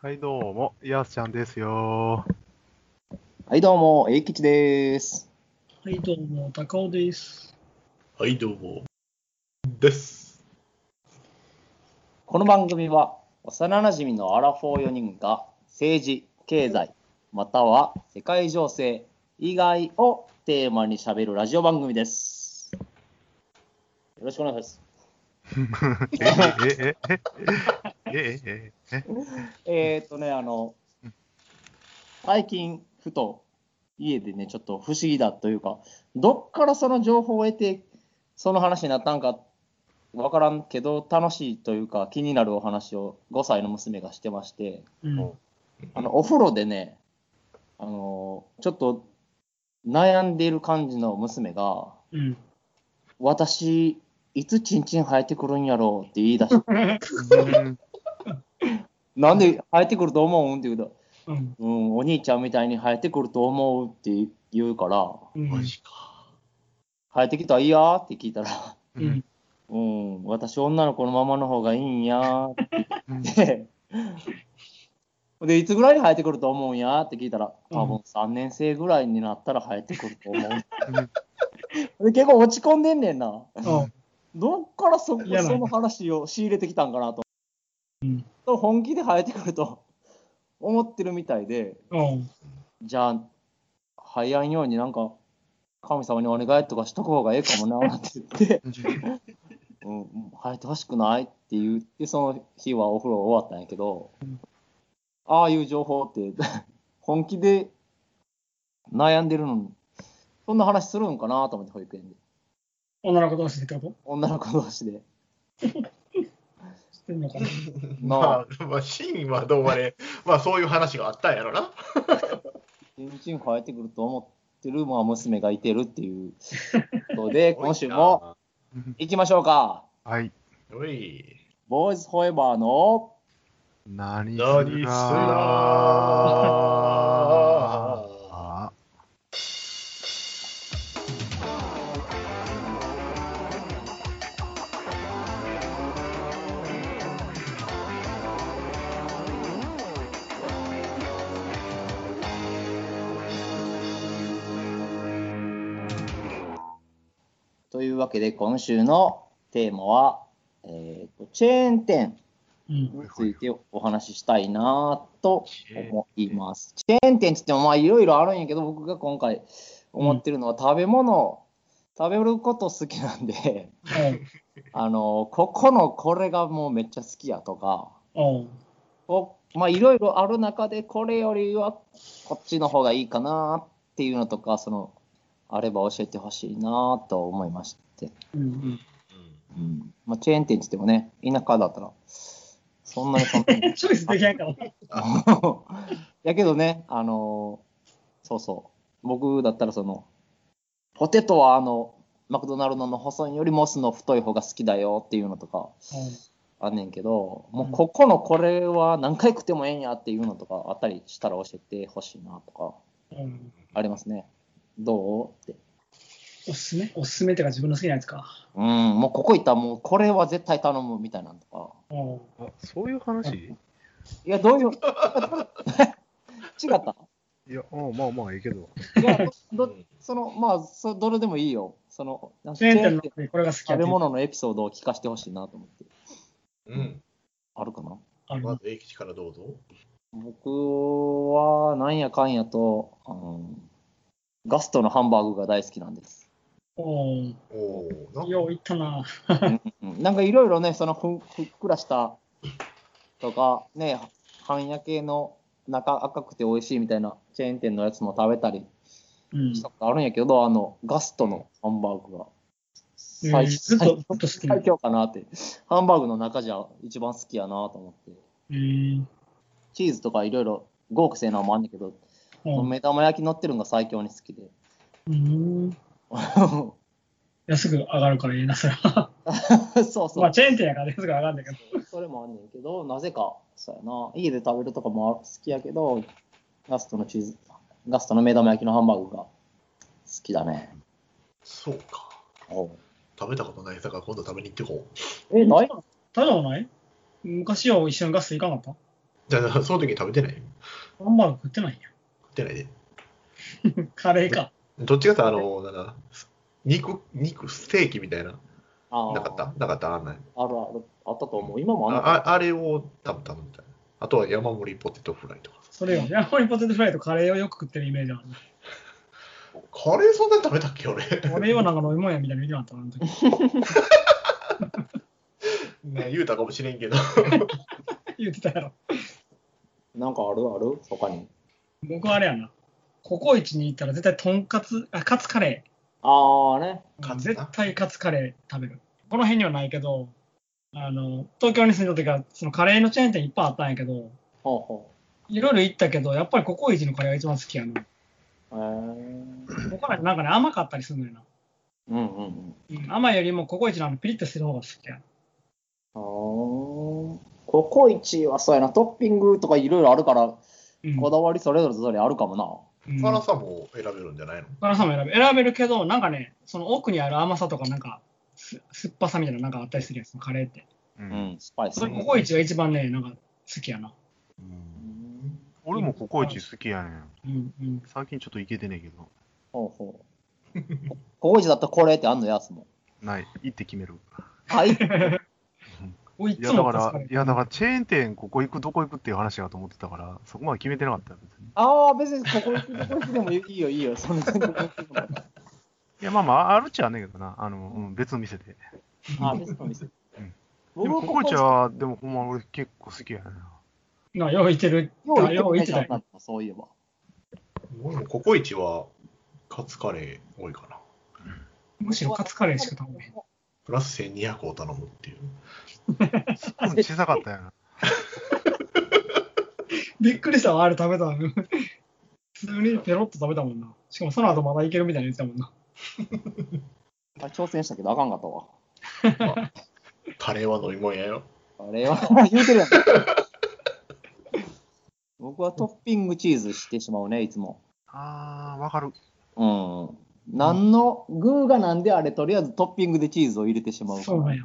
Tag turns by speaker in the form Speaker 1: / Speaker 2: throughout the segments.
Speaker 1: はい、どうも、やすちゃんですよ。
Speaker 2: はい、どうも、英吉です。
Speaker 3: はい、どうも、高尾です。
Speaker 4: はい、どうも。です。
Speaker 2: この番組は、幼馴染のアラフォー4人が政治、経済、または世界情勢以外をテーマにしゃべるラジオ番組です。よろしくお願いします。
Speaker 1: え、え、え、え、え、え、え、え、
Speaker 2: えーっとね、あの、最近、ふと家でね、ちょっと不思議だというか、どっからその情報を得て、その話になったんか、わからんけど、楽しいというか、気になるお話を5歳の娘がしてまして、
Speaker 3: うん
Speaker 1: お
Speaker 2: あのお風呂でね、あのちょっと悩んでいる感じの娘が、
Speaker 3: うん。
Speaker 2: 私、いつチンチン生えてくるんやろうって言い出して、
Speaker 1: うん
Speaker 2: なんで生えてくると思うんって言うと、
Speaker 3: うん。
Speaker 2: うん、お兄ちゃんみたいに生えてくると思うって言うから、
Speaker 3: うん。
Speaker 4: マジか。
Speaker 2: 生えてきたらいいやーって聞いたら、
Speaker 1: う
Speaker 3: うんん。
Speaker 2: うん、私、女の子のままの方がいいんやーって
Speaker 1: うん
Speaker 2: 言って。で、いつぐらいに生えてくると思うんやって聞いたら、多分3年生ぐらいになったら生えてくると思うで結構落ち込んでんねんな。
Speaker 3: あ
Speaker 2: どっからそこ
Speaker 3: 嫌なんや
Speaker 2: その話を仕入れてきたんかなと。
Speaker 3: うん。
Speaker 2: 本気で生えてくると思ってるみたいで、
Speaker 3: うん。
Speaker 2: じゃあ、生えやんようになんか、神様にお願いとかしとく方がええかもなって言って、うん、もう生えてほしくないって言って、その日はお風呂終わったんやけど、ああいう情報って 本気で悩んでるのに、そんな話するんかなと思って、保育園で。
Speaker 3: 女の子同士でってこと
Speaker 2: 女の子同士で。
Speaker 3: してんのかな
Speaker 4: まあ、まあ、シーンはどう あれ、まあ、そういう話があったんやろな。
Speaker 2: チンチン生えてくると思ってる、まあ、娘がいてるっていうこと で、今週も行きましょうか。
Speaker 1: はい、
Speaker 4: おい。
Speaker 2: ボーイズフォーエバーの
Speaker 1: 何す
Speaker 4: 何するな
Speaker 1: ああ
Speaker 2: というわけで、今週のテーマは、えーとチェーン店
Speaker 3: うん。
Speaker 2: についてお話ししたいなと思います。チェーン店って言っても、まあ、いろいろあるんやけど、僕が今回思ってるのは、食べ物、食べること好きなんで、 あの、ここのこれがもうめっちゃ好きやとか、
Speaker 3: うん。
Speaker 2: をまあいろいろある中でこれよりはこっちの方がいいかなっていうのとかそのあれば教えてほしいなと思いまして、
Speaker 3: うん。
Speaker 2: うんまあ、チェーン店って言ってもね田舎だったらそんなにそんなに
Speaker 3: チョイスできないから。
Speaker 2: やけどねあのーそうそう僕だったらそのポテトはあのマクドナルドの細いよりモスの太い方が好きだよっていうのとかあんねんけど、もうここのこれは何回食ってもええんやっていうのとかあったりしたら教えてほしいなとか、
Speaker 3: うん。うん。
Speaker 2: ありますね。どうって。
Speaker 3: おすすめおすすめってか自分の好きなやつか。
Speaker 2: うん、もうここ行ったらもうこれは絶対頼むみたいなのとか。
Speaker 3: うん。
Speaker 1: あそういう話
Speaker 2: いや、どういう。違 った
Speaker 1: いや、うんまあまあいいけど。
Speaker 2: いや、どどその、まあそ、どれでもいいよ。その、なんか
Speaker 3: チェーン店の
Speaker 2: チェーン店
Speaker 3: 中でこれが好きや
Speaker 2: 食
Speaker 3: っ
Speaker 2: べ
Speaker 3: て
Speaker 2: 物のエピソードを聞かせてほしいなと思って。
Speaker 4: うん。
Speaker 2: あるかな
Speaker 3: ある
Speaker 4: まず、英吉からどうぞ。
Speaker 2: 僕は、なんやかんやと、あのガストのハンバーグが大好きなんです。
Speaker 3: うん。
Speaker 4: おお、なんか
Speaker 3: よういったな。
Speaker 2: うんなんかいろいろね、そのふふっくらしたとか、ね、半夜系の中赤くて美味しいみたいなチェーン店のやつも食べたり
Speaker 3: うん。
Speaker 2: したことあるんやけど、あの、ガストのハンバーグが
Speaker 3: うん
Speaker 2: 最
Speaker 3: ずっと、ずっと好きな
Speaker 2: 最。強かなって、ハンバーグの中じゃ一番好きやなと思って、
Speaker 3: うん。
Speaker 2: チーズとかいろいろ豪華性なのもあんねんけど、
Speaker 3: うん
Speaker 2: 目玉焼き乗ってるのが最強に好きで。
Speaker 3: うん。安く上がるからいいな、それは。
Speaker 2: そうそう。
Speaker 3: まあ、チェーン店やから安く上がるんだけど。
Speaker 2: それもあんねんけど、なぜか、そうやな、家で食べるとかも好きやけど、ガストのチーズ、ガストの目玉焼きのハンバーグが好きだね。
Speaker 4: そうか。
Speaker 2: おう
Speaker 4: 食べたことないさから今度食べに行ってこ
Speaker 2: え、ない
Speaker 3: 食べたことない昔は一緒にガスト行かなかっ
Speaker 4: う。じゃあ、その時食べてない食
Speaker 3: ハンバーグ食ってないんや。
Speaker 4: ってないで。
Speaker 3: カレーか。
Speaker 4: どっちかってあの、なんか、肉、肉、ステーキみたいな。
Speaker 2: あー
Speaker 4: なかったなかったあんない。
Speaker 2: あるある、あったと思う。今もあんなか
Speaker 4: ああれを多分頼みたいな。あとは山盛りポテトフライとか。
Speaker 3: それよ。ヤンモリポテトフライとカレーをよく食ってるイメージある。
Speaker 4: カレーそんなに食べたっけ 俺。
Speaker 3: カレーはなんか飲み物やみたいなの見てなかったなあの時。
Speaker 4: ね、言うたかもしれんけど。
Speaker 3: 言ってたやろ。
Speaker 2: なんかあるある他に。
Speaker 3: 僕はあれやな。ココイチに行ったら絶対とんかつ、あ、カツカレ
Speaker 2: ああね。
Speaker 3: ー。
Speaker 4: カツな
Speaker 3: 絶対カツカレー食べる。この辺にはないけど、あの、東京に住んだ時は、そのカレーのチェーン店いっぱいあったんやけど、
Speaker 2: ほうほ
Speaker 3: いろいろ行ったけど、やっぱりココイチのカレーが一番好きやな。
Speaker 2: う。へえー。
Speaker 3: ココナッツなんかね、甘かったりするのよな。
Speaker 2: うんうんうん。
Speaker 3: うん、甘いよりもココイチのあのピリッとしてる方が好きやな。
Speaker 2: あーココイチはそうやな、トッピングとかいろいろあるから、
Speaker 3: うん、
Speaker 2: こだわりそれぞれそれあるかもな。
Speaker 3: うん
Speaker 4: 辛さも選べるんじゃないの
Speaker 3: 辛さも選べ選べるけど、なんかね、その奥にある甘さとか、なんかす酸っぱさみたいな、なんかあったりするやつ、カレーって。
Speaker 1: う
Speaker 2: うんん、スパイス
Speaker 3: そ。れ、ココイチが一番ね、なんか好きやな。
Speaker 1: 俺もココイチ好きやねん。
Speaker 3: うんうん。
Speaker 1: 最近ちょっといけてねえけど。
Speaker 2: ほうほう。ココイチだったらこれってあんのやつも。
Speaker 1: ない。行って決める。
Speaker 2: はい。
Speaker 3: おい
Speaker 1: い
Speaker 3: つ
Speaker 1: やだ
Speaker 3: も
Speaker 1: か
Speaker 3: カツカ
Speaker 1: ら、
Speaker 3: レ
Speaker 1: い
Speaker 3: ー
Speaker 1: やだからチェーン店、ここ行く、どこ行くっていう話だと思ってたから、そこまで決めてなかったんですね。
Speaker 2: ああ、別にココイチ、ココイチでもいいよ、いいよ。そんな全然ココイチでもない
Speaker 1: いや、まあまあ、あるっちゃあんねんけどな。あの、うん、別の店で。
Speaker 2: あー別にそうです
Speaker 1: うん。で
Speaker 2: 僕は
Speaker 1: も、ココイチは、でもほんま俺結構好きやねんな。
Speaker 3: なんかよう言ってる。
Speaker 2: ココイチ
Speaker 3: よ
Speaker 2: よ
Speaker 3: う
Speaker 2: う行
Speaker 3: 言っ
Speaker 2: ってて
Speaker 3: た
Speaker 2: な
Speaker 3: よ
Speaker 2: かった、そういえば。
Speaker 4: 俺もココイチはカツカレー多いかな。
Speaker 3: むしろカツカレーしか食べへん。
Speaker 4: プラス1200を頼むっていう。
Speaker 1: スプーン小さかったやな。
Speaker 3: びっくりしたわ、あれ食べたの。普通にペロッと食べたもんな。しかもその後まだいけるみたいな言ってたもんな。
Speaker 2: あ挑戦したけどあかんかったわ。
Speaker 4: カレーは飲み物やよ。
Speaker 2: あれは言うてるやん。 僕はトッピングチーズしてしまうね、いつも。
Speaker 1: あー、わかる。
Speaker 2: うん。何の、具がなんであれ、とりあえずトッピングでチーズを入れてしまうか
Speaker 3: そうなん
Speaker 2: ら。
Speaker 3: や。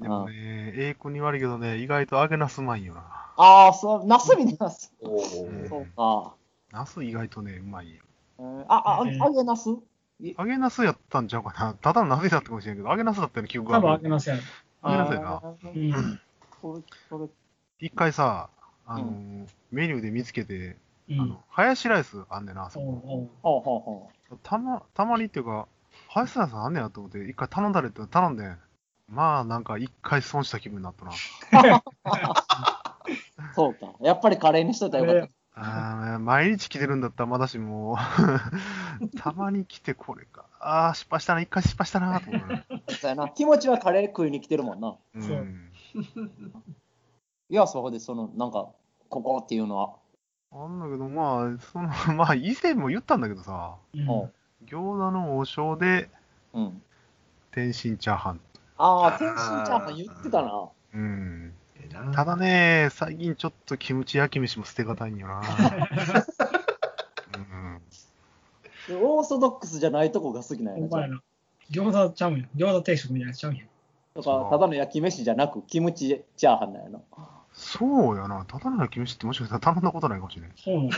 Speaker 1: でもね、A 君に悪いけどね、意外と揚げナスうまいよな。
Speaker 2: ああ、そう、ナスみたいな。そ
Speaker 4: お
Speaker 1: う
Speaker 4: お、
Speaker 1: ん
Speaker 2: うか。
Speaker 1: ナス意外とね、うまいよ。
Speaker 2: えーあ、あ、
Speaker 3: えー
Speaker 2: 揚げナス
Speaker 1: 揚げナスやったんちゃうかな。ただの鍋だったかもしれんけど、揚げナスだったような記憶が
Speaker 3: 多分
Speaker 1: あ
Speaker 3: あ
Speaker 1: る
Speaker 3: げ。ますやろ。
Speaker 1: 揚げナスやな。
Speaker 2: あー
Speaker 3: うん。
Speaker 2: これ、これ、
Speaker 1: 一回さ、あのー
Speaker 2: う
Speaker 1: メニューで見つけて、あ
Speaker 3: うん
Speaker 1: の、。ハヤシライスあんねんな、あそ
Speaker 3: おう
Speaker 1: こ。
Speaker 3: おう
Speaker 2: ほうほうほ
Speaker 1: たま、たまにっていうか、ハヤシライスあんねんなと思って、一回頼んだれって頼んでん、まあなんか一回損した気分になったな。
Speaker 2: う。そうか。やっぱりカレーにしといたらよかっ
Speaker 1: あー毎日来てるんだったらまだしも う、たまに来てこれか。ああ、失敗したな、一回失敗したな、と思うな。
Speaker 2: た。そうやな。気持ちはカレー食いに来てるもんな。
Speaker 1: う。
Speaker 3: そうん
Speaker 2: いや、そこで、その、なんか、ここっていうのは。
Speaker 1: あんだけど、まあ、その、 まあ、以前も言ったんだけどさ、
Speaker 3: うん
Speaker 2: ほ
Speaker 1: 餃子の王将で
Speaker 2: う。うん。
Speaker 1: 天津チャーハン。
Speaker 2: ああ、天津チャーハン言ってたな。
Speaker 1: うん。
Speaker 4: ええな
Speaker 1: ただね、最近ちょっとキムチ焼き飯も捨てがたいんよな。うん。
Speaker 2: でオーソドックスじゃないとこが好きなんや
Speaker 3: お
Speaker 2: な。じゃあ
Speaker 3: 前ら、餃子ちゃうんや。餃子定食みたいなやつちゃうんや。
Speaker 2: と
Speaker 1: そ
Speaker 2: か
Speaker 1: う、
Speaker 2: ただの焼き飯じゃなく、キムチチャーハンなんやな。
Speaker 1: そうやな。ただの焼き飯ってもしかしたら頼んだことないかもしれない。
Speaker 3: そうなんや。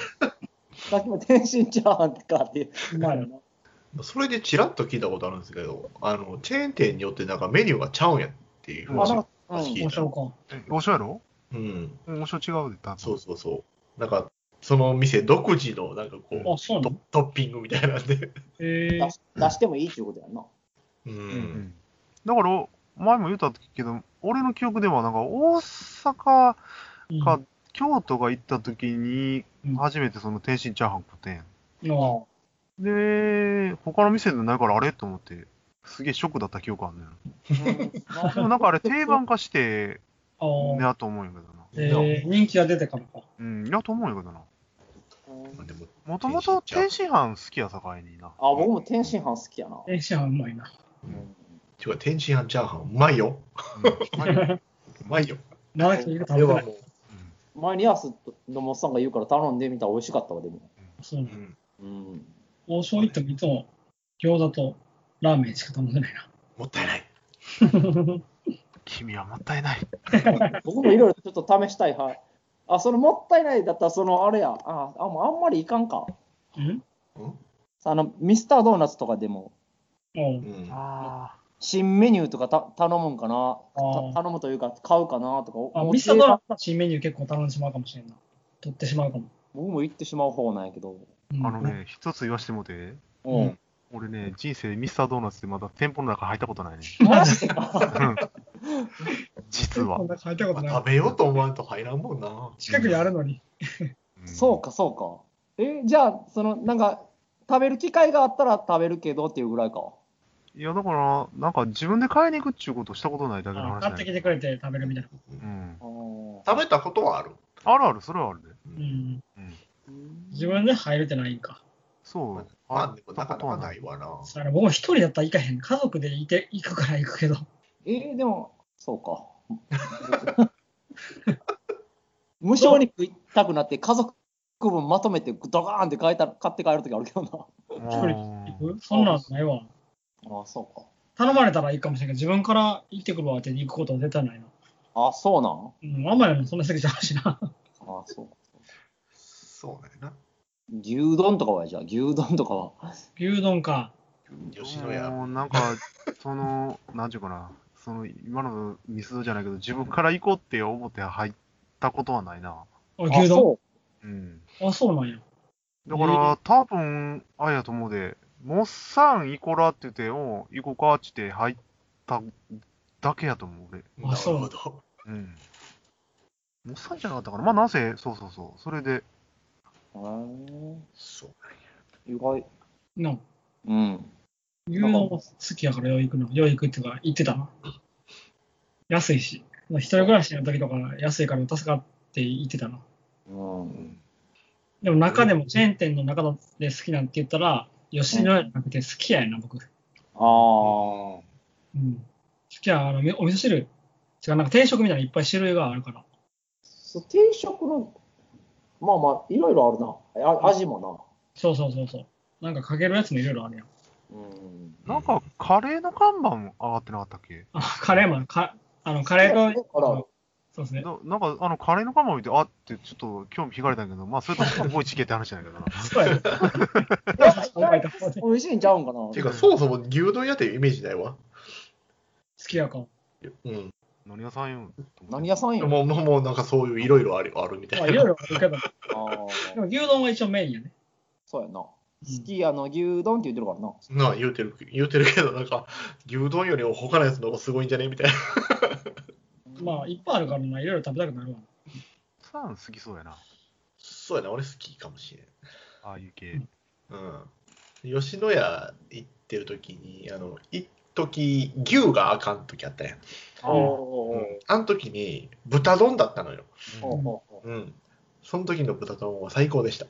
Speaker 2: さっきも天津チャーハンかっていう。
Speaker 3: うまいよな。
Speaker 4: それでちらっと聞いたことあるんですけど、あの、チェーン店によってなんかメニューがちゃうんやっていう
Speaker 1: あ
Speaker 4: 話
Speaker 1: なんか。
Speaker 2: うん
Speaker 4: いいね
Speaker 3: 面白か。
Speaker 1: え王将やろ
Speaker 4: うん。
Speaker 1: 王将違うで、多分。
Speaker 4: そうそうそう。なんか、その店独自のなんかこ
Speaker 3: あ、そう
Speaker 4: う、
Speaker 3: な
Speaker 4: ト
Speaker 3: の
Speaker 4: トッピングみたいなんで。
Speaker 3: へえ
Speaker 2: 出し出してもいいっていうことやな。
Speaker 4: う。
Speaker 1: うんん。だから、前も言ったけど、俺の記憶ではなんか大阪、
Speaker 3: うん
Speaker 1: か京都が行った時に
Speaker 3: うん、
Speaker 1: 初めてその天津チャーハン食ってん。
Speaker 3: あ
Speaker 1: で、他の店でないからあれと思って、すげえショックだった記憶あんねん。でもなんかあれ定番化して、
Speaker 3: あー。
Speaker 1: やと思うんやけどな。
Speaker 3: えー人気が出てからか。
Speaker 1: うん、やと思うんやけどな。
Speaker 4: まあでも
Speaker 1: もともと天津飯好きやさかいにな。
Speaker 2: あ、僕も天津飯好きやな。
Speaker 3: 天津飯うまいな。
Speaker 4: てか天津飯チャーハンうまいよ。
Speaker 1: うんうまいよ
Speaker 4: うまいよ。
Speaker 3: 長崎が
Speaker 4: あ
Speaker 3: 食べ
Speaker 4: れ
Speaker 3: てな。
Speaker 4: はいも
Speaker 2: 前にアスのもっさんが言うから頼んでみたら美味しかったわ、でも。
Speaker 3: そうな
Speaker 4: う、
Speaker 3: の
Speaker 4: うん
Speaker 2: うん。
Speaker 3: 王将行ってもいつも餃子とラーメンしか頼んでないな。
Speaker 4: もったいない。
Speaker 1: 君はもったいない。
Speaker 2: 僕もいろいろちょっと試したい派あ、それもったいないだったら、その、あれや、あ、あもうあんまりいかんか。
Speaker 3: うん
Speaker 2: あの、ミスタードーナツとかでも、
Speaker 3: お
Speaker 4: う
Speaker 3: うん
Speaker 1: あ
Speaker 2: 新メニューとかた頼むんかな
Speaker 3: あー
Speaker 2: た頼むというか、買うかなとか。
Speaker 3: あ、
Speaker 2: もう
Speaker 3: ミスタードーナツは新メニュー結構頼んでしまうかもしれんな。取ってしまうかも。
Speaker 2: 僕も行ってしまう方なんやけど。
Speaker 3: うん
Speaker 1: あ。あのね、一つ言わしてもて、
Speaker 2: うん
Speaker 4: うん
Speaker 1: 俺ね、人生ミスタードーナツでまだ店舗の中入ったことないね。
Speaker 2: マジでか。
Speaker 1: うん実は
Speaker 3: こん。な書いたこと
Speaker 4: まあ
Speaker 3: ない
Speaker 4: 食。べようと思わんと入らんもんな。
Speaker 3: 近くにあるのに。
Speaker 2: そうか、そうか。え、じゃあ、その、なんか、食べる機会があったら食べるけどっていうぐらいか。
Speaker 1: いや、だから、なんか自分で買いに行くっちゅうことしたことないだけの
Speaker 3: あ
Speaker 1: 話だ
Speaker 3: 買
Speaker 1: よ
Speaker 3: ってきてくれて食べるみたいな。
Speaker 1: うん。
Speaker 2: あー
Speaker 4: 食べたことはある。
Speaker 1: あるある、それはあるね。
Speaker 3: うん。
Speaker 1: うん。
Speaker 3: 自分で入るってないんか。
Speaker 1: そう。
Speaker 4: まあ、でもなかなか
Speaker 1: い
Speaker 4: ないわな。
Speaker 3: あの僕も一人だったら行かへん。家族でいて行くから行くけど。
Speaker 2: えーでも、そう か。無償に食いたくなって、家族分まとめてドカーンって買えた買って帰るときあるけどな。
Speaker 1: あ
Speaker 3: 一人で行くそんなんないわ。
Speaker 2: ああ、そうか。
Speaker 3: 頼まれたらいいかもしれんけど、自分から行ってくるわって行くことは絶対ないな。
Speaker 2: ああ、そうなん
Speaker 3: うん、あんまりそんな好きじゃないしな。
Speaker 2: あ あ、そうか。
Speaker 4: そうなんやな。
Speaker 2: 牛丼とかはじゃあ、牛丼とかは。
Speaker 3: 牛丼か。
Speaker 4: 吉野家。
Speaker 1: もうなんか、その、 なんていうかな、その、今のミスドじゃないけど、自分から行こうって思って入ったことはないな。
Speaker 3: あ牛丼
Speaker 1: うん。
Speaker 3: あそうなんや。
Speaker 1: だから、多分、あれやと思うで、モッサン行こらって言って、おう行こうかって言って入っただけやと思う、俺。
Speaker 3: あそう
Speaker 4: なるほど。
Speaker 1: うん。モッサンじゃなかったかな。まあ、なぜ、そうそうそう。それで、
Speaker 2: そう。
Speaker 4: そう
Speaker 2: へえ、意外。
Speaker 3: な
Speaker 2: うん。
Speaker 3: 牛丼も好きやからよう行くの。よう行くっていうか、行ってたな。安いし。一人暮らしの時とか安いから助かって行ってたな。
Speaker 2: う。
Speaker 4: うんん
Speaker 3: でも中でもチェーン店の中で好きなんて言ったら、吉野家じゃなくて好きやな、僕。
Speaker 2: ああ。
Speaker 3: うん。好きや、あの、みお味噌汁。違う、なんか定食みたいないっぱい種類があるから。
Speaker 2: そう定食の、まあまあ、いろいろあるな。あ味も
Speaker 3: そうそうそうそう。なんかかけるやつもいろいろあるやん。
Speaker 2: な。うん。
Speaker 1: なんか、カレーの看板も上がってなかったっけ
Speaker 3: あ、カレーも、かあのカレー
Speaker 2: そ
Speaker 3: と
Speaker 2: う、から
Speaker 3: そうですね。
Speaker 1: ななんか、あの、カレーの看板見て、あって、ちょっと興味惹かれたんやけど、まあ、それとも、すごいチケって話なんやけどな。
Speaker 3: そうやね。覚えた覚えた 好
Speaker 2: 美味しいんちゃうんかな。
Speaker 4: ていうか、そもそも牛丼屋っていうイメージないわ。
Speaker 3: きやか。
Speaker 4: うん。
Speaker 1: 何屋さんよ。
Speaker 2: 何屋
Speaker 1: ん
Speaker 2: さんやん。あ
Speaker 4: もう、もうもうなんかそういういろいろあるあるみた
Speaker 3: まあ、
Speaker 4: い
Speaker 3: いろい
Speaker 4: な。
Speaker 3: ろあるけど、
Speaker 2: あ
Speaker 3: でも牛丼は一応メインやね。
Speaker 2: そうやな。好
Speaker 3: うん
Speaker 2: きやの牛丼って言ってるからな。
Speaker 4: なあ言うてる、言うてるけど、なんか、牛丼よりも他のやつの方がすごいんじゃねみたいな。
Speaker 3: まあ、いっぱいあるからな、いろいろ食べたくなるわ。
Speaker 1: さん好きそうやな。
Speaker 4: そうやな、俺好きかもしれん。
Speaker 1: ああいう系。
Speaker 4: うん、吉野家行ってる時にあの一時牛があかん時あったやん、
Speaker 1: うん
Speaker 2: お
Speaker 4: うん、あの時に豚丼だったのよ、
Speaker 2: ーおーおーおー
Speaker 4: うん、その時の豚丼は最高でした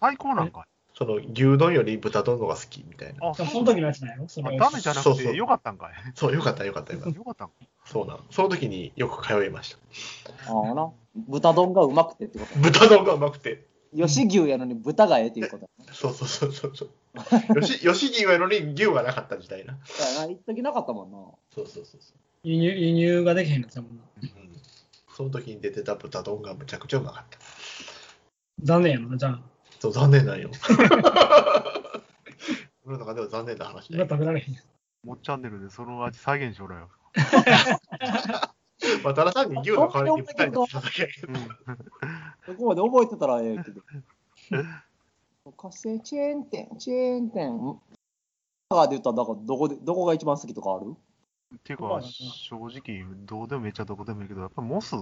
Speaker 1: 最高なんか
Speaker 4: その牛丼より豚丼の方が好きみたいな
Speaker 1: あ、
Speaker 3: で
Speaker 1: そう
Speaker 3: もその時のやつだよ。そ
Speaker 1: あ
Speaker 3: れ
Speaker 1: ダメじゃなく
Speaker 4: そうそ
Speaker 1: て、
Speaker 4: う
Speaker 1: よかったんかい。
Speaker 4: そうよかったよかったよかった
Speaker 1: よかったんか。
Speaker 4: そうなのその時によく通いました
Speaker 2: ああな。豚丼がうまくてってこと。
Speaker 4: 豚丼がうまくて
Speaker 2: 吉牛やのに豚がええっていう ことや
Speaker 4: そうそうそうそうそう 吉吉牛やのに牛がなかったみたいな
Speaker 2: な。そうやな。一時なかったもんな。
Speaker 4: そうそうそうそ
Speaker 3: 輸入輸入ができへんやつだもんな。
Speaker 4: う、うん、その時に出てた豚丼がむちゃくちゃうまかった
Speaker 3: 残念やな、じゃあ。
Speaker 4: そう、残念 なんよ。俺の中では残念な話だ
Speaker 3: 今
Speaker 4: よ。
Speaker 3: 食べられへんやん。
Speaker 1: もっチャンネルでその味再現しろよ。
Speaker 4: まあ、ただ単に牛の代わりに二人でしただけ。
Speaker 1: うん
Speaker 2: そこまで覚えてたらええけど。火星チェーン店、チェーン店。ん香川で言ったら、だからどこで、どこが一番好きとかある
Speaker 1: っていう
Speaker 3: そうだ
Speaker 1: か
Speaker 3: な、
Speaker 1: 正直、どうでもいいっちゃどこでもいいけど、やっぱモス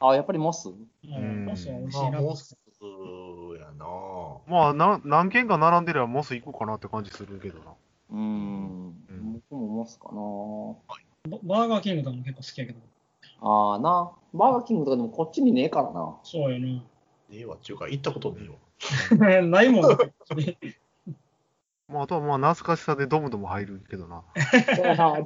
Speaker 2: あ、やっぱりモス
Speaker 1: ん
Speaker 3: もし美味し
Speaker 4: ま
Speaker 3: い
Speaker 4: あ、
Speaker 3: な。
Speaker 4: モスやなぁ。
Speaker 1: まあ、な何軒か並んでればモス行こうかなって感じするけどな。
Speaker 2: うー
Speaker 1: う
Speaker 2: ん
Speaker 1: ん。
Speaker 2: 僕もモスかな
Speaker 3: ババーガーキングとかも結構好きやけど。
Speaker 2: ああーな。バーガーキングとかでもこっちにねえからな。
Speaker 3: そうよな。
Speaker 4: ねえわ、っていうか、行ったことねえわ。
Speaker 3: ないもんだって。
Speaker 1: まあ、あとはまあ、懐かしさでドムドム入るけどな。
Speaker 2: そうやな。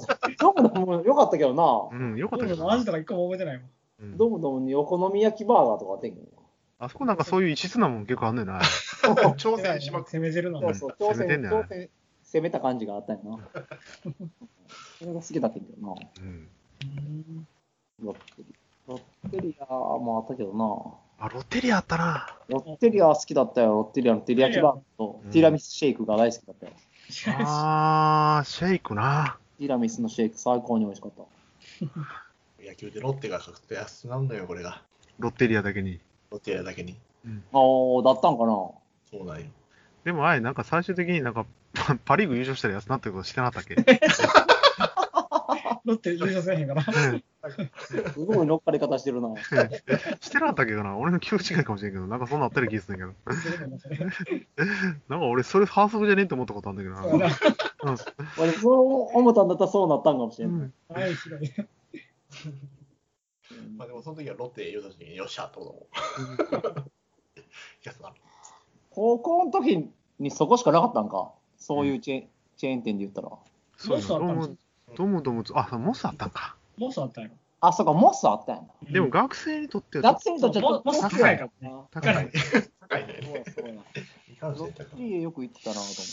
Speaker 2: ドムドムよかったけどな。
Speaker 1: うん、よか
Speaker 3: ど
Speaker 1: ったけ
Speaker 3: う
Speaker 1: ど
Speaker 3: も、
Speaker 1: な
Speaker 3: 味。とか一個も覚えてないもん。
Speaker 1: うん
Speaker 2: ドムドムにお好み焼きバーガーとかあってんけど
Speaker 1: あそこなんかそういう異質なもん結構あんねんな。
Speaker 4: 挑戦しまくっ
Speaker 3: 攻めてるな。
Speaker 2: な。
Speaker 1: ん
Speaker 2: そうそう、挑
Speaker 1: 攻めてん
Speaker 2: 戦、
Speaker 1: ねんな
Speaker 2: 挑戦、攻めた感じがあったよな。それが好きだったんけどな。
Speaker 1: うん。
Speaker 3: うん
Speaker 2: ブロッコリーロッテリアもあったけどな。
Speaker 1: あ、ロッテリアあったな。
Speaker 2: ロッテリアは好きだったよ。ロッテリアのテリヤキバーと
Speaker 1: うん
Speaker 2: ティラミスシェイクが大好きだったよ。
Speaker 1: あー、シェイクな。
Speaker 2: ティラミスのシェイク最高に美味しかった。
Speaker 4: 野球でロッテが格安なんだよ、これが。
Speaker 1: ロッテリアだけに。
Speaker 4: ロッテやだけに。
Speaker 2: おー、だったんかな
Speaker 4: そうなんよ。
Speaker 1: でもあれ、なんか最終的になんか パパリーグ優勝したら安なってことしてなかった っけ
Speaker 3: ロッテ優勝せえへんかな。
Speaker 2: すごい乗っかり方してるな。
Speaker 1: してなかったっけかな俺の記憶違いかもしれんけど、なんかそんなあったり気がするんだけど。なんか俺、それ反則じゃねえって思ったことあるんだけ
Speaker 3: そ
Speaker 1: ど
Speaker 3: う
Speaker 1: な
Speaker 3: やな。
Speaker 2: 俺、そう思ったんだったらそうなったんかもしれ。
Speaker 1: うんん。
Speaker 3: はい、ひどい。
Speaker 4: まあでもその時はロッテ言うた時によっしゃってこと思 う。安なる。
Speaker 2: 高校の時にそこしかなかったんか。そういうチェーン,、チェーン店で言ったら。
Speaker 1: そう
Speaker 3: モ
Speaker 1: や
Speaker 3: ス
Speaker 1: な
Speaker 3: あ
Speaker 1: ど
Speaker 3: っ
Speaker 1: う
Speaker 3: た
Speaker 1: もどう
Speaker 3: の
Speaker 1: もどうも、あ、モスあったんか。
Speaker 3: モスあったんやろ。
Speaker 2: あ、そうか、モスあったんやな。
Speaker 1: でも学生にとっては
Speaker 2: 学生
Speaker 3: そ
Speaker 2: と
Speaker 3: う
Speaker 2: ちょっ
Speaker 3: モ
Speaker 2: と
Speaker 3: モス
Speaker 2: 高
Speaker 3: 高いからね。
Speaker 2: な。
Speaker 1: 高
Speaker 3: 高
Speaker 1: い
Speaker 3: い。
Speaker 4: 高い
Speaker 2: そうやそ
Speaker 4: ね。
Speaker 2: うや。
Speaker 4: いかんせ
Speaker 2: ロ
Speaker 4: ん高
Speaker 2: ッ
Speaker 4: い
Speaker 2: テリアよく行ってたなと思って。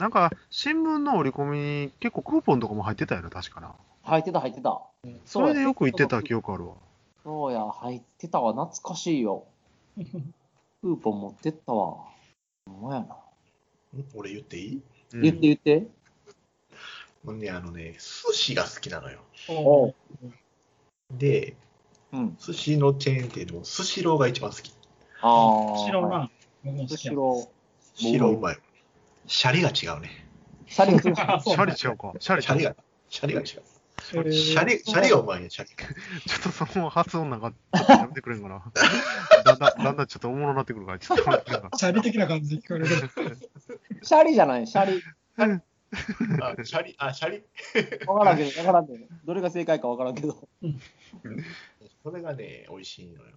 Speaker 1: なんか新聞の折り込みに結構クーポンとかも入ってたよな、確かな。
Speaker 2: 入ってた、入ってた。
Speaker 1: それでよく行ってた記
Speaker 2: 記憶。
Speaker 1: 憶あるわ。
Speaker 2: そうや、入ってたわ。懐かしいよ。クーポン持ってったわ。ほんまやな。
Speaker 4: ん俺言っていい
Speaker 1: うん
Speaker 2: 言って言って。
Speaker 4: もうね、あのね、寿司が好きなのよ。
Speaker 3: お
Speaker 2: お
Speaker 3: う
Speaker 2: う
Speaker 4: で、
Speaker 2: うん。
Speaker 4: 寿司のチェーン店でも寿司ローが一番好き。
Speaker 2: ああ。
Speaker 3: 知らん
Speaker 2: はい。
Speaker 3: な。僕も好きや
Speaker 2: 後。ろ。
Speaker 4: シローうまい。シャリが違うね。
Speaker 2: シャリが
Speaker 3: あ
Speaker 1: シ
Speaker 3: そ
Speaker 1: ャ
Speaker 3: う
Speaker 1: リ違うか。シャリ
Speaker 4: シャリ
Speaker 1: 違う。
Speaker 4: が、シャリが違う。シ
Speaker 3: へー
Speaker 4: ャリ、シャリがうまいね、シャリ。
Speaker 1: ちょっとその発音なんか、ちょっとやめてくれんかな。 だんだん、だんだんちょっとおもろなってくるから、ちょっとやめてくれんか
Speaker 3: シャリ的な感じで聞こえるけど。
Speaker 2: シャリじゃない、シャリ。
Speaker 4: あ、シャリ、あ、シャリ。
Speaker 2: わからんけど、わからんけど。どれが正解かわからんけど。
Speaker 4: それがね、美味しいのよ。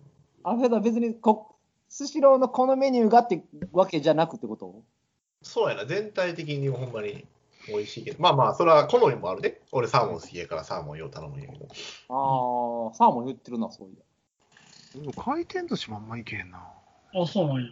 Speaker 2: あけど別にこ、スシローのこのメニューがってわけじゃなくってこと
Speaker 4: そうやな、全体的にほんまに美味しいけど、まあまあ、それは好みもあるね。俺、サーモン好きやからサーモンよう頼むんやけど。
Speaker 2: ああ、サーモン言ってるな、そういう。
Speaker 1: な。でも回転寿司もあんまいけへんな。
Speaker 3: あ、そうなんや。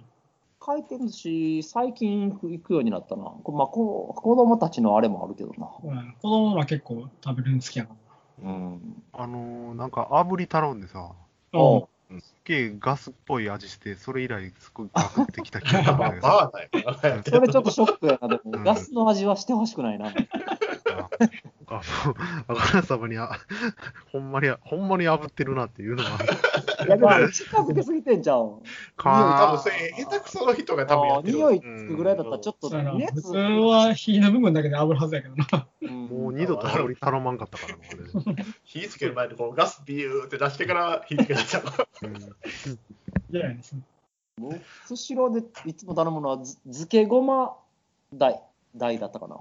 Speaker 2: 回転寿司、最近行く行くようになったな。こまあ、こ子供たちのあれもあるけどな。
Speaker 3: そうやな子供ら結構食べるの好きやからな。
Speaker 2: うん。
Speaker 1: あのー、なんか炙り頼んでさ、
Speaker 2: おう
Speaker 1: すっげえガスっぽい味して、それ以来すっごいガスってきた気がする
Speaker 4: まあ
Speaker 1: ん
Speaker 4: ま
Speaker 1: だ
Speaker 4: あ、
Speaker 1: け ど
Speaker 4: バーだよ。
Speaker 2: それちょっとショックやな、でも、
Speaker 1: うん
Speaker 2: ガスの味はしてほしくないな。
Speaker 1: あの、あからさまにあ、ほんまに、ほんまに炙ってるなっていうのが、
Speaker 2: いや、でも、近づけすぎてんじゃん。
Speaker 4: 多
Speaker 1: か
Speaker 4: 分それ、下手くその人が多分やってる。
Speaker 2: 匂いつくぐらいだったら、ちょっと
Speaker 3: そうやな。
Speaker 2: 熱
Speaker 3: 普通は火の部分だけで炙るはずやけどな。
Speaker 2: うん
Speaker 1: もう二度と炙り頼まんかったからな、 俺
Speaker 4: 火つける前にこうガスビューって出してから火つけ出したの。
Speaker 1: うん
Speaker 3: いやいや、その
Speaker 2: 僕スシローでいつも頼むのは、ず漬けごま大、大だったかな。
Speaker 3: あ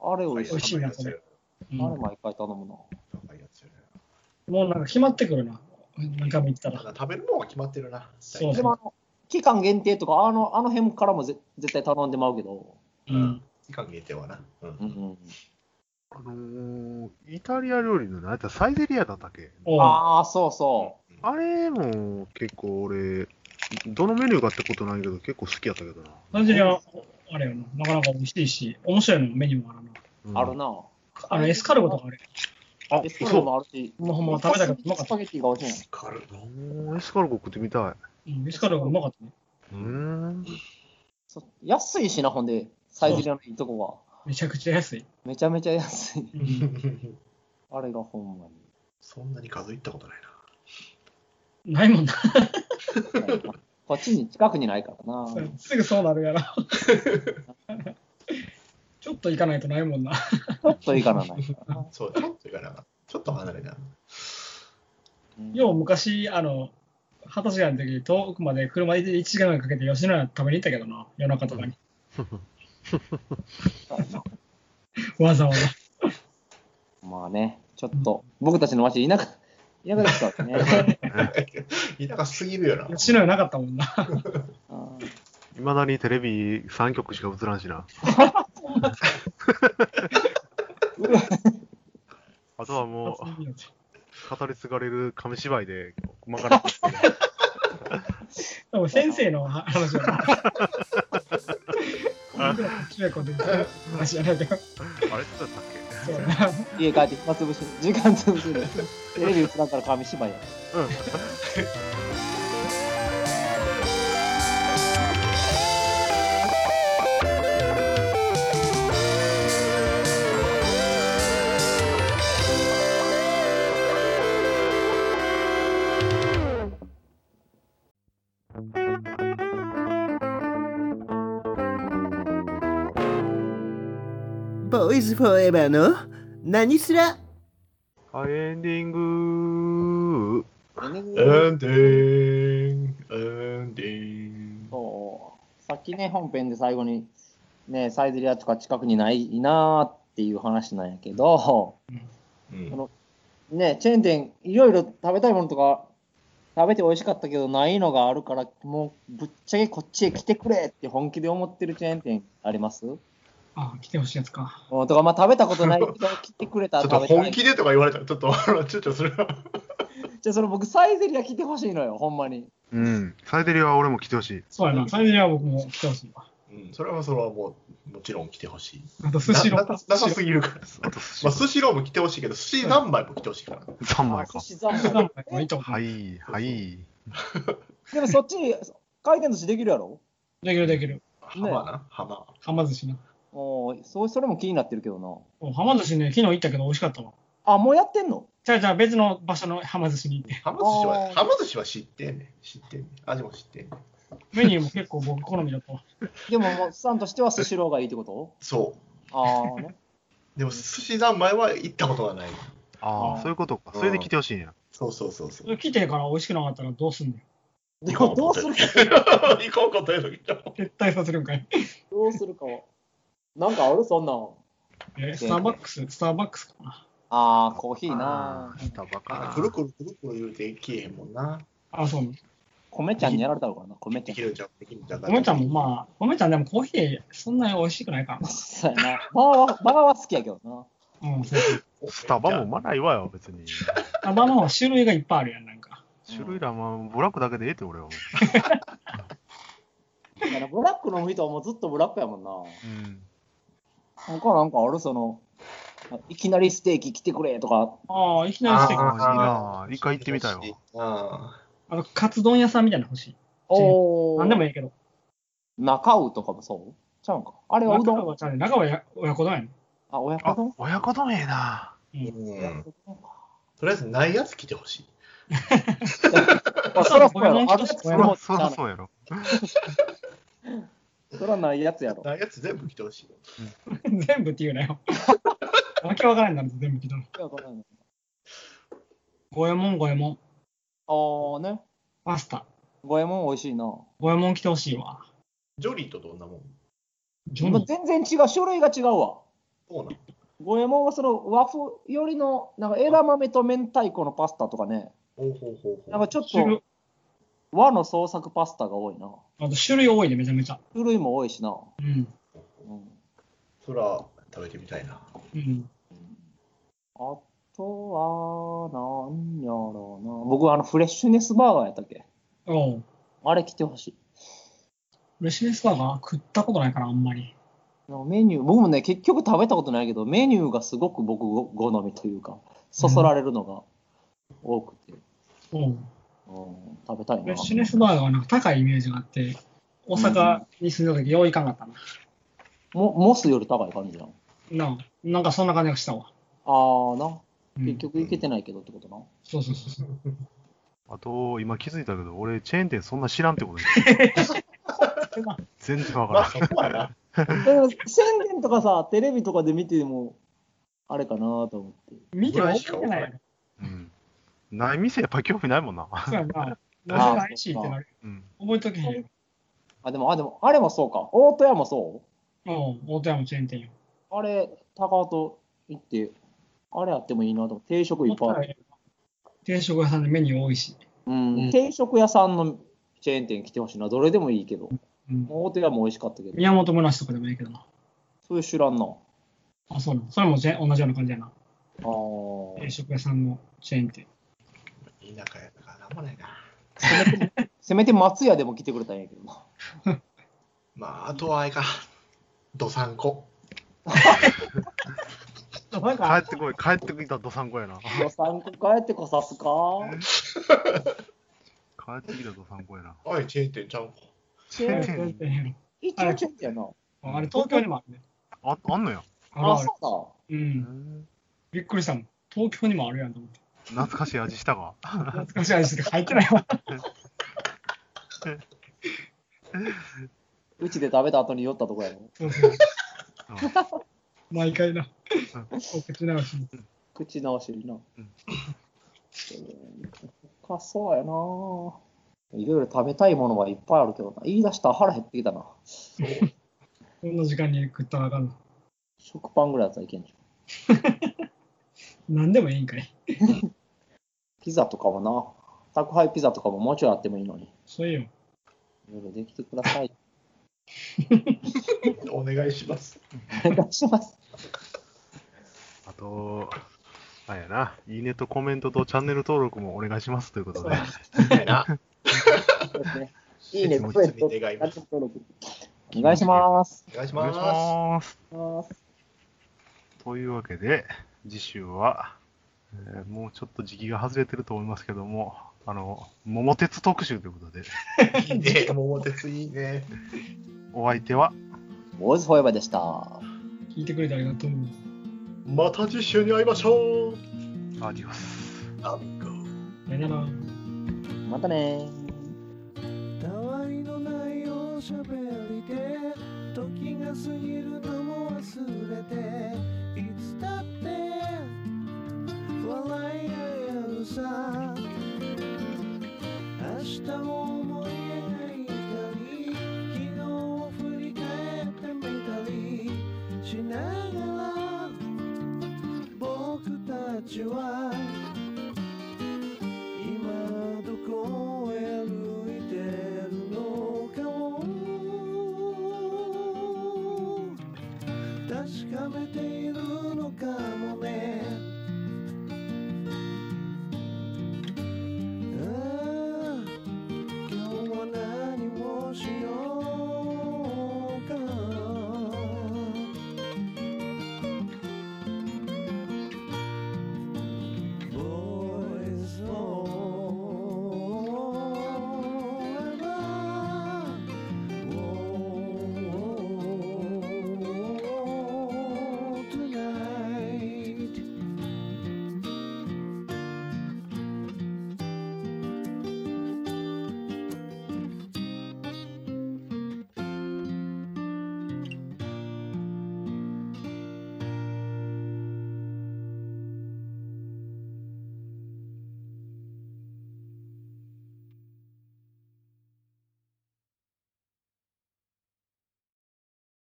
Speaker 3: あ。
Speaker 2: あれ美味しい。
Speaker 3: 美味しいなそれうん
Speaker 2: あれ毎回頼むな。
Speaker 4: 高いやつよね
Speaker 3: もうなんか決まってくるな。2回目行った
Speaker 4: なん
Speaker 3: ら。
Speaker 4: か食べるもんは決まってるな。
Speaker 3: そう
Speaker 2: でもあの、期間限定とか、あの、あの辺からもぜ絶対頼んでまうけど。
Speaker 3: うん。
Speaker 4: 期間限定はな。うん
Speaker 2: うん
Speaker 1: あのー、イタリア料理の何やったサイゼリアだったっけ
Speaker 3: おう
Speaker 2: ああ、そうそ
Speaker 1: あれも結構俺、どのメニューかってことないけど結構好きやったけどな。
Speaker 3: サンジェリア、あれよな。なかなか美味しいし、面白いのメニューもあるな。
Speaker 1: う
Speaker 2: う。
Speaker 1: ん
Speaker 2: あるな。
Speaker 3: あの、エスカルゴとかあれ。
Speaker 1: あ
Speaker 2: エスカルゴ
Speaker 1: そ
Speaker 2: もあるし。
Speaker 3: もうほんま食べたけどうまかっ
Speaker 2: スパゲッティが美味しい
Speaker 4: カルボ
Speaker 1: う。うんエスカルゴ食ってみた
Speaker 3: た。うん、エスカルゴうまかったね。
Speaker 1: い。うーん。
Speaker 2: のそ安いしな、ほんで、サイゼリアのいいとこは。
Speaker 3: めちゃくちゃ安い。
Speaker 2: めちゃめちゃ安い。
Speaker 3: うん。
Speaker 2: あれがほんまに。
Speaker 4: そんなに数いったことないな。
Speaker 3: ないもんな。
Speaker 2: こっちに近くにないからな。
Speaker 3: すぐそうなるやろ。 ちょっと行かないとないもんな。
Speaker 2: ちょっといいかなないからな。
Speaker 4: そうだ、ちょっとからな、ちょっと離れた。
Speaker 2: うん
Speaker 3: よう昔、あの、二十歳ぐらいの時に遠くまで車で1時間ぐらいかけて吉野家食べに行ったけどな、夜中とかに。わざわざ。
Speaker 2: まあね、ちょっと、僕たちの街、田舎、田舎ですからね。
Speaker 4: 田舎すぎるよな。
Speaker 3: 吉野家なかったもんな。
Speaker 2: うん
Speaker 1: いまだにテレビ3局しか映らんし な。あとはもう、語り継がれる紙芝居で、まかな かったけど
Speaker 3: でも先生の話は。 中学校の時の話じゃないけど。
Speaker 1: あれちょっとだったっけ
Speaker 3: そうやな。
Speaker 2: 家帰って暇つぶし、時間つぶしで。テレビ映らんから紙芝居や。
Speaker 1: うん。
Speaker 5: ボーイズフォーエバーの何すら
Speaker 1: あエンディング
Speaker 4: エンディング、エンディング。
Speaker 2: そうさっきね、本編で最後に、ね、サイゼリアとか近くにないなーっていう話なんやけど、
Speaker 4: うん
Speaker 2: ね、チェーン店、いろいろ食べたいものとか、食べて美味しかったけど、ないのがあるから、もうぶっちゃけこっちへ来てくれって本気で思ってるチェーン店あります
Speaker 3: あ、来てほしいやつか。
Speaker 2: うんとか、まあ食べたことないけど、来てくれたら
Speaker 4: ちょっと
Speaker 2: 食べた
Speaker 4: 本
Speaker 2: い。
Speaker 4: 気でとか言われたら、ちょっとあの躊躇するな。
Speaker 2: じゃあ、それ僕、サイゼリア来てほしいのよ、ほんまに。
Speaker 1: うん。サイデリは俺も来てほしい。
Speaker 3: そうやな。サイゼリアは僕も来てほしいわ。
Speaker 4: うん、それはそれはもう、もちろん来てほしい。
Speaker 3: あと、スシロ
Speaker 4: な
Speaker 3: ー。
Speaker 4: ななさすぎるから。
Speaker 1: あと寿
Speaker 4: まあ、
Speaker 1: 司
Speaker 4: 寿司ローも来てほしいけど、寿司何枚も来てほしいから。
Speaker 1: 3枚
Speaker 2: あ
Speaker 1: か
Speaker 2: 寿。司ざん
Speaker 3: なんかいいとこ
Speaker 1: は。い、はい。
Speaker 2: でもそっちに回転寿司できるやろ
Speaker 3: できるできる。
Speaker 4: 浜な、浜。
Speaker 3: はま寿司な。
Speaker 2: おーそうそれも気になってるけどな。
Speaker 3: おはま寿司ね、昨日行ったけど美味しかったわ。
Speaker 2: あ、もうやってんの
Speaker 3: じゃあじゃあ別の場所のはま寿司に 行って。
Speaker 4: 浜寿司は
Speaker 2: あ、ー
Speaker 4: 浜寿司は知ってんねん。知ってんねん。味も知ってんねん。
Speaker 3: メニューも結構僕好みだったわ。
Speaker 2: でも、もうさんとしてはスシローがいいってこと
Speaker 4: そ
Speaker 2: ああ ね。
Speaker 4: う。でも、寿司三昧は行ったことがない。
Speaker 1: あ
Speaker 2: あ
Speaker 1: あ、
Speaker 2: ー
Speaker 1: そういうことか。それで来てほしいんや。
Speaker 4: そうそうそうそう。
Speaker 3: 来てから美味しくなかったらどうすんのよ。
Speaker 2: でもどうするか、
Speaker 4: 行こうことやのに。
Speaker 3: 絶対させるんかい。
Speaker 2: どうするかは。なんかあるそんなん。
Speaker 3: え、スターバックス、スターバックスかな。
Speaker 2: ああ、コーヒーな
Speaker 1: あ。ースタバか
Speaker 4: くるくるくるくる言うて行けへんもんな。
Speaker 3: あ、そう。
Speaker 2: 米ちゃんにやられたの かな、米ち
Speaker 4: で
Speaker 2: ゃん
Speaker 4: き。るじゃん、できるじゃん。
Speaker 3: おめちゃんもまあ、おめちゃんでもコーヒーそんなに美味しくないから。
Speaker 2: そうやな。バーは、バーは好きやけどな。
Speaker 3: うん、そうそう。
Speaker 4: あ
Speaker 1: スタバもうまないわよ、別に。
Speaker 3: スタバの方は種類がいっぱいあるやん、なんか。
Speaker 1: 種類ら、まあ、ブラックだけでええって、俺は。
Speaker 2: だからブラックの人はもうずっとブラックやもんな。
Speaker 1: うん。
Speaker 2: 他なんかあるその、いきなりステーキ来てくれとか、
Speaker 3: ああ、いきなりス
Speaker 4: あ
Speaker 3: テーキ
Speaker 1: あ
Speaker 3: 欲
Speaker 1: ー
Speaker 3: し
Speaker 1: い
Speaker 3: い
Speaker 1: い
Speaker 3: な。
Speaker 1: な一回行ってみたいわ。
Speaker 4: わ。
Speaker 3: あと、カツ丼屋さんみたいなの欲しい。
Speaker 2: お
Speaker 3: なんでも
Speaker 2: いい。
Speaker 3: いいけど。
Speaker 2: 中尾とかもそうちゃうんか。あれはう
Speaker 3: 中
Speaker 2: ど
Speaker 3: は
Speaker 2: ん。
Speaker 3: ちゃうね中はや親子丼やねん。
Speaker 2: あ、親子
Speaker 1: あ
Speaker 2: 丼、
Speaker 1: 親子丼ええな。
Speaker 4: うん。とりあえずないやつ来てほしい。
Speaker 2: あ、そらそうやろ。あるやつ
Speaker 1: そ
Speaker 2: そ
Speaker 3: 親
Speaker 2: ら
Speaker 3: 子
Speaker 1: ら、
Speaker 2: も
Speaker 1: そらそうやろ。
Speaker 2: そらないやつやろ。
Speaker 4: ないやつ全部来てほしい。
Speaker 3: 全部って言うな よ。わけわからんなんで全部けど。
Speaker 2: 親子丼
Speaker 3: 五右衛門、五右衛門。
Speaker 2: あーね。
Speaker 3: パスタ。
Speaker 2: 五右衛門美味しいな。
Speaker 3: 五右衛門来てほしいわ。
Speaker 4: ジョリーとどんなもん
Speaker 3: ジョ
Speaker 2: 今
Speaker 3: ニー。
Speaker 2: 全然違う。種類が違うわ。
Speaker 4: そうなん。
Speaker 2: 五右衛門はその和風よりの、なんか枝豆と明太子のパスタとかね。
Speaker 4: ほうほうほう
Speaker 2: なんか
Speaker 4: ほう。
Speaker 2: ちょっ
Speaker 3: 種類
Speaker 2: と和の創作パスタが多いな。
Speaker 3: あと種類多いでめちゃめちゃ。
Speaker 2: 種類も多いしな。
Speaker 3: うん。
Speaker 2: うん、
Speaker 4: そら、食べてみたいな。
Speaker 3: うん。
Speaker 2: あとは、なんやろうな。僕、あの、フレッシュネスバーガーやったっけ
Speaker 3: おう。
Speaker 2: あれ来てほしい。
Speaker 3: レシネスバーガー食ったことないからあんまり。
Speaker 2: なんかメニュー、僕もね、結局食べたことないけど、メニューがすごく僕ご好みというか、そそられるのが多くて、
Speaker 3: おう。
Speaker 2: うん食べたい
Speaker 3: レ
Speaker 2: な。
Speaker 3: シネスバーガーはなんか高いイメージがあって、大阪に住んでた時よういかんかったな。
Speaker 2: もモスより高い感じなの。
Speaker 3: なあなんかそんな感じがしたわ。
Speaker 2: あーな、
Speaker 3: うん
Speaker 2: 結局行けてないけどってことな。
Speaker 3: そうそうそうそう。
Speaker 1: あと、今気づいたけど、俺、チェーン店そんな知らんってことね全然わか
Speaker 4: ま
Speaker 1: ら
Speaker 4: あ、
Speaker 1: ん。
Speaker 4: そこはな。
Speaker 2: でも宣伝とかさ、テレビとかで見ても、あれかなと思って。
Speaker 3: 見ても
Speaker 4: ぐらいしか
Speaker 3: 覚えてないやろ。
Speaker 1: うん。ない店やっぱり興味ないもんな。
Speaker 3: そうやな。
Speaker 2: あ
Speaker 3: 何が怪しいってなる。
Speaker 1: うん。
Speaker 3: 覚えとけへんやろ。
Speaker 2: あ、でも、あ、でも、あれもそうか。大戸屋もそ
Speaker 3: おう、大手山チェーン店よ。
Speaker 2: うあれ、高尾と行って、あれやってもいいなと思って定食いっぱいある。
Speaker 3: 定食屋さんでメニュー多いし。
Speaker 2: うん、定食屋さんのチェーン店来てほしいな。どれでもいいけど。
Speaker 3: うん
Speaker 2: 大手屋も美味しかったけど。
Speaker 3: 宮本村市とかでもいいけどな。
Speaker 2: そういう知らんな。あ
Speaker 3: あ、そうなの。それもチェーン同じような感じやな。
Speaker 2: あー。
Speaker 3: 定食屋さんのチェーン店。
Speaker 4: 田舎やったから、なんもないな。
Speaker 2: せめて松屋でも来てくれたんやけどな。
Speaker 4: まあ、あとはあれか。どさんこ。
Speaker 3: なん
Speaker 1: 帰っ
Speaker 3: か、
Speaker 1: てこい、帰ってきたどさんこやな。帰
Speaker 2: 予算帰ってこさすか
Speaker 1: ってきたどさんこやな。
Speaker 4: あい、チェーン店ちゃうんか。
Speaker 3: チェーン店って言うの
Speaker 2: 一応チェーン店やな。
Speaker 3: あれ、東京にもあるね。
Speaker 1: あ、あんのや。
Speaker 3: ある
Speaker 2: あ、
Speaker 3: ある。
Speaker 2: そう
Speaker 1: へ
Speaker 3: ん。
Speaker 1: ー
Speaker 3: びっくりしたもん。東京にもあるやんと思って。
Speaker 1: 懐かしい味したか。
Speaker 3: 懐かしい味しか入ってないわ。
Speaker 2: うだ。うちで食べた後に酔ったとこやろ。
Speaker 3: そうそう
Speaker 1: うん
Speaker 3: 毎回な。お口直しに。
Speaker 2: 口直しにな。
Speaker 1: うん
Speaker 2: か、そうやな。いろいろ食べたいものはいっぱいあるけどな。言い出したら腹減ってきたな。
Speaker 3: こんな時間に食ったらあかんの。
Speaker 2: 食パンぐらいやったらいけんじゃん。
Speaker 3: 何でもいいんかい。
Speaker 2: ピザとかもな。宅配ピザとかももうちょいあってもいいのに。
Speaker 3: そうよ。
Speaker 2: いろいろできてください。
Speaker 4: お願いします。
Speaker 2: お願いします。
Speaker 1: あと、あれやな。いいねとコメントとチャンネル登録もお願いしますということで。
Speaker 4: はいな。
Speaker 2: そうですね。いいね、
Speaker 4: いつも
Speaker 2: コメント、
Speaker 4: いつも願います
Speaker 2: 登録お願いします。
Speaker 4: お願いし
Speaker 1: お願いし
Speaker 4: ま
Speaker 1: ます。
Speaker 2: お願いします
Speaker 1: というわけで、次週は、えーもうちょっと時期が外れてると思いますけども、あの、桃鉄特集ということで、
Speaker 4: す。いいね。桃鉄いいね。
Speaker 1: お相手は、
Speaker 2: ボーイズフォーエバーでした。
Speaker 3: 聞いてくれてありがとう。
Speaker 4: また次週に会いましょう。
Speaker 1: アディオス。
Speaker 4: アンゴー。
Speaker 3: さよなら。
Speaker 2: またね
Speaker 5: たわいのないおしゃべりで時が過ぎるのも忘れていつだって笑い合えるさ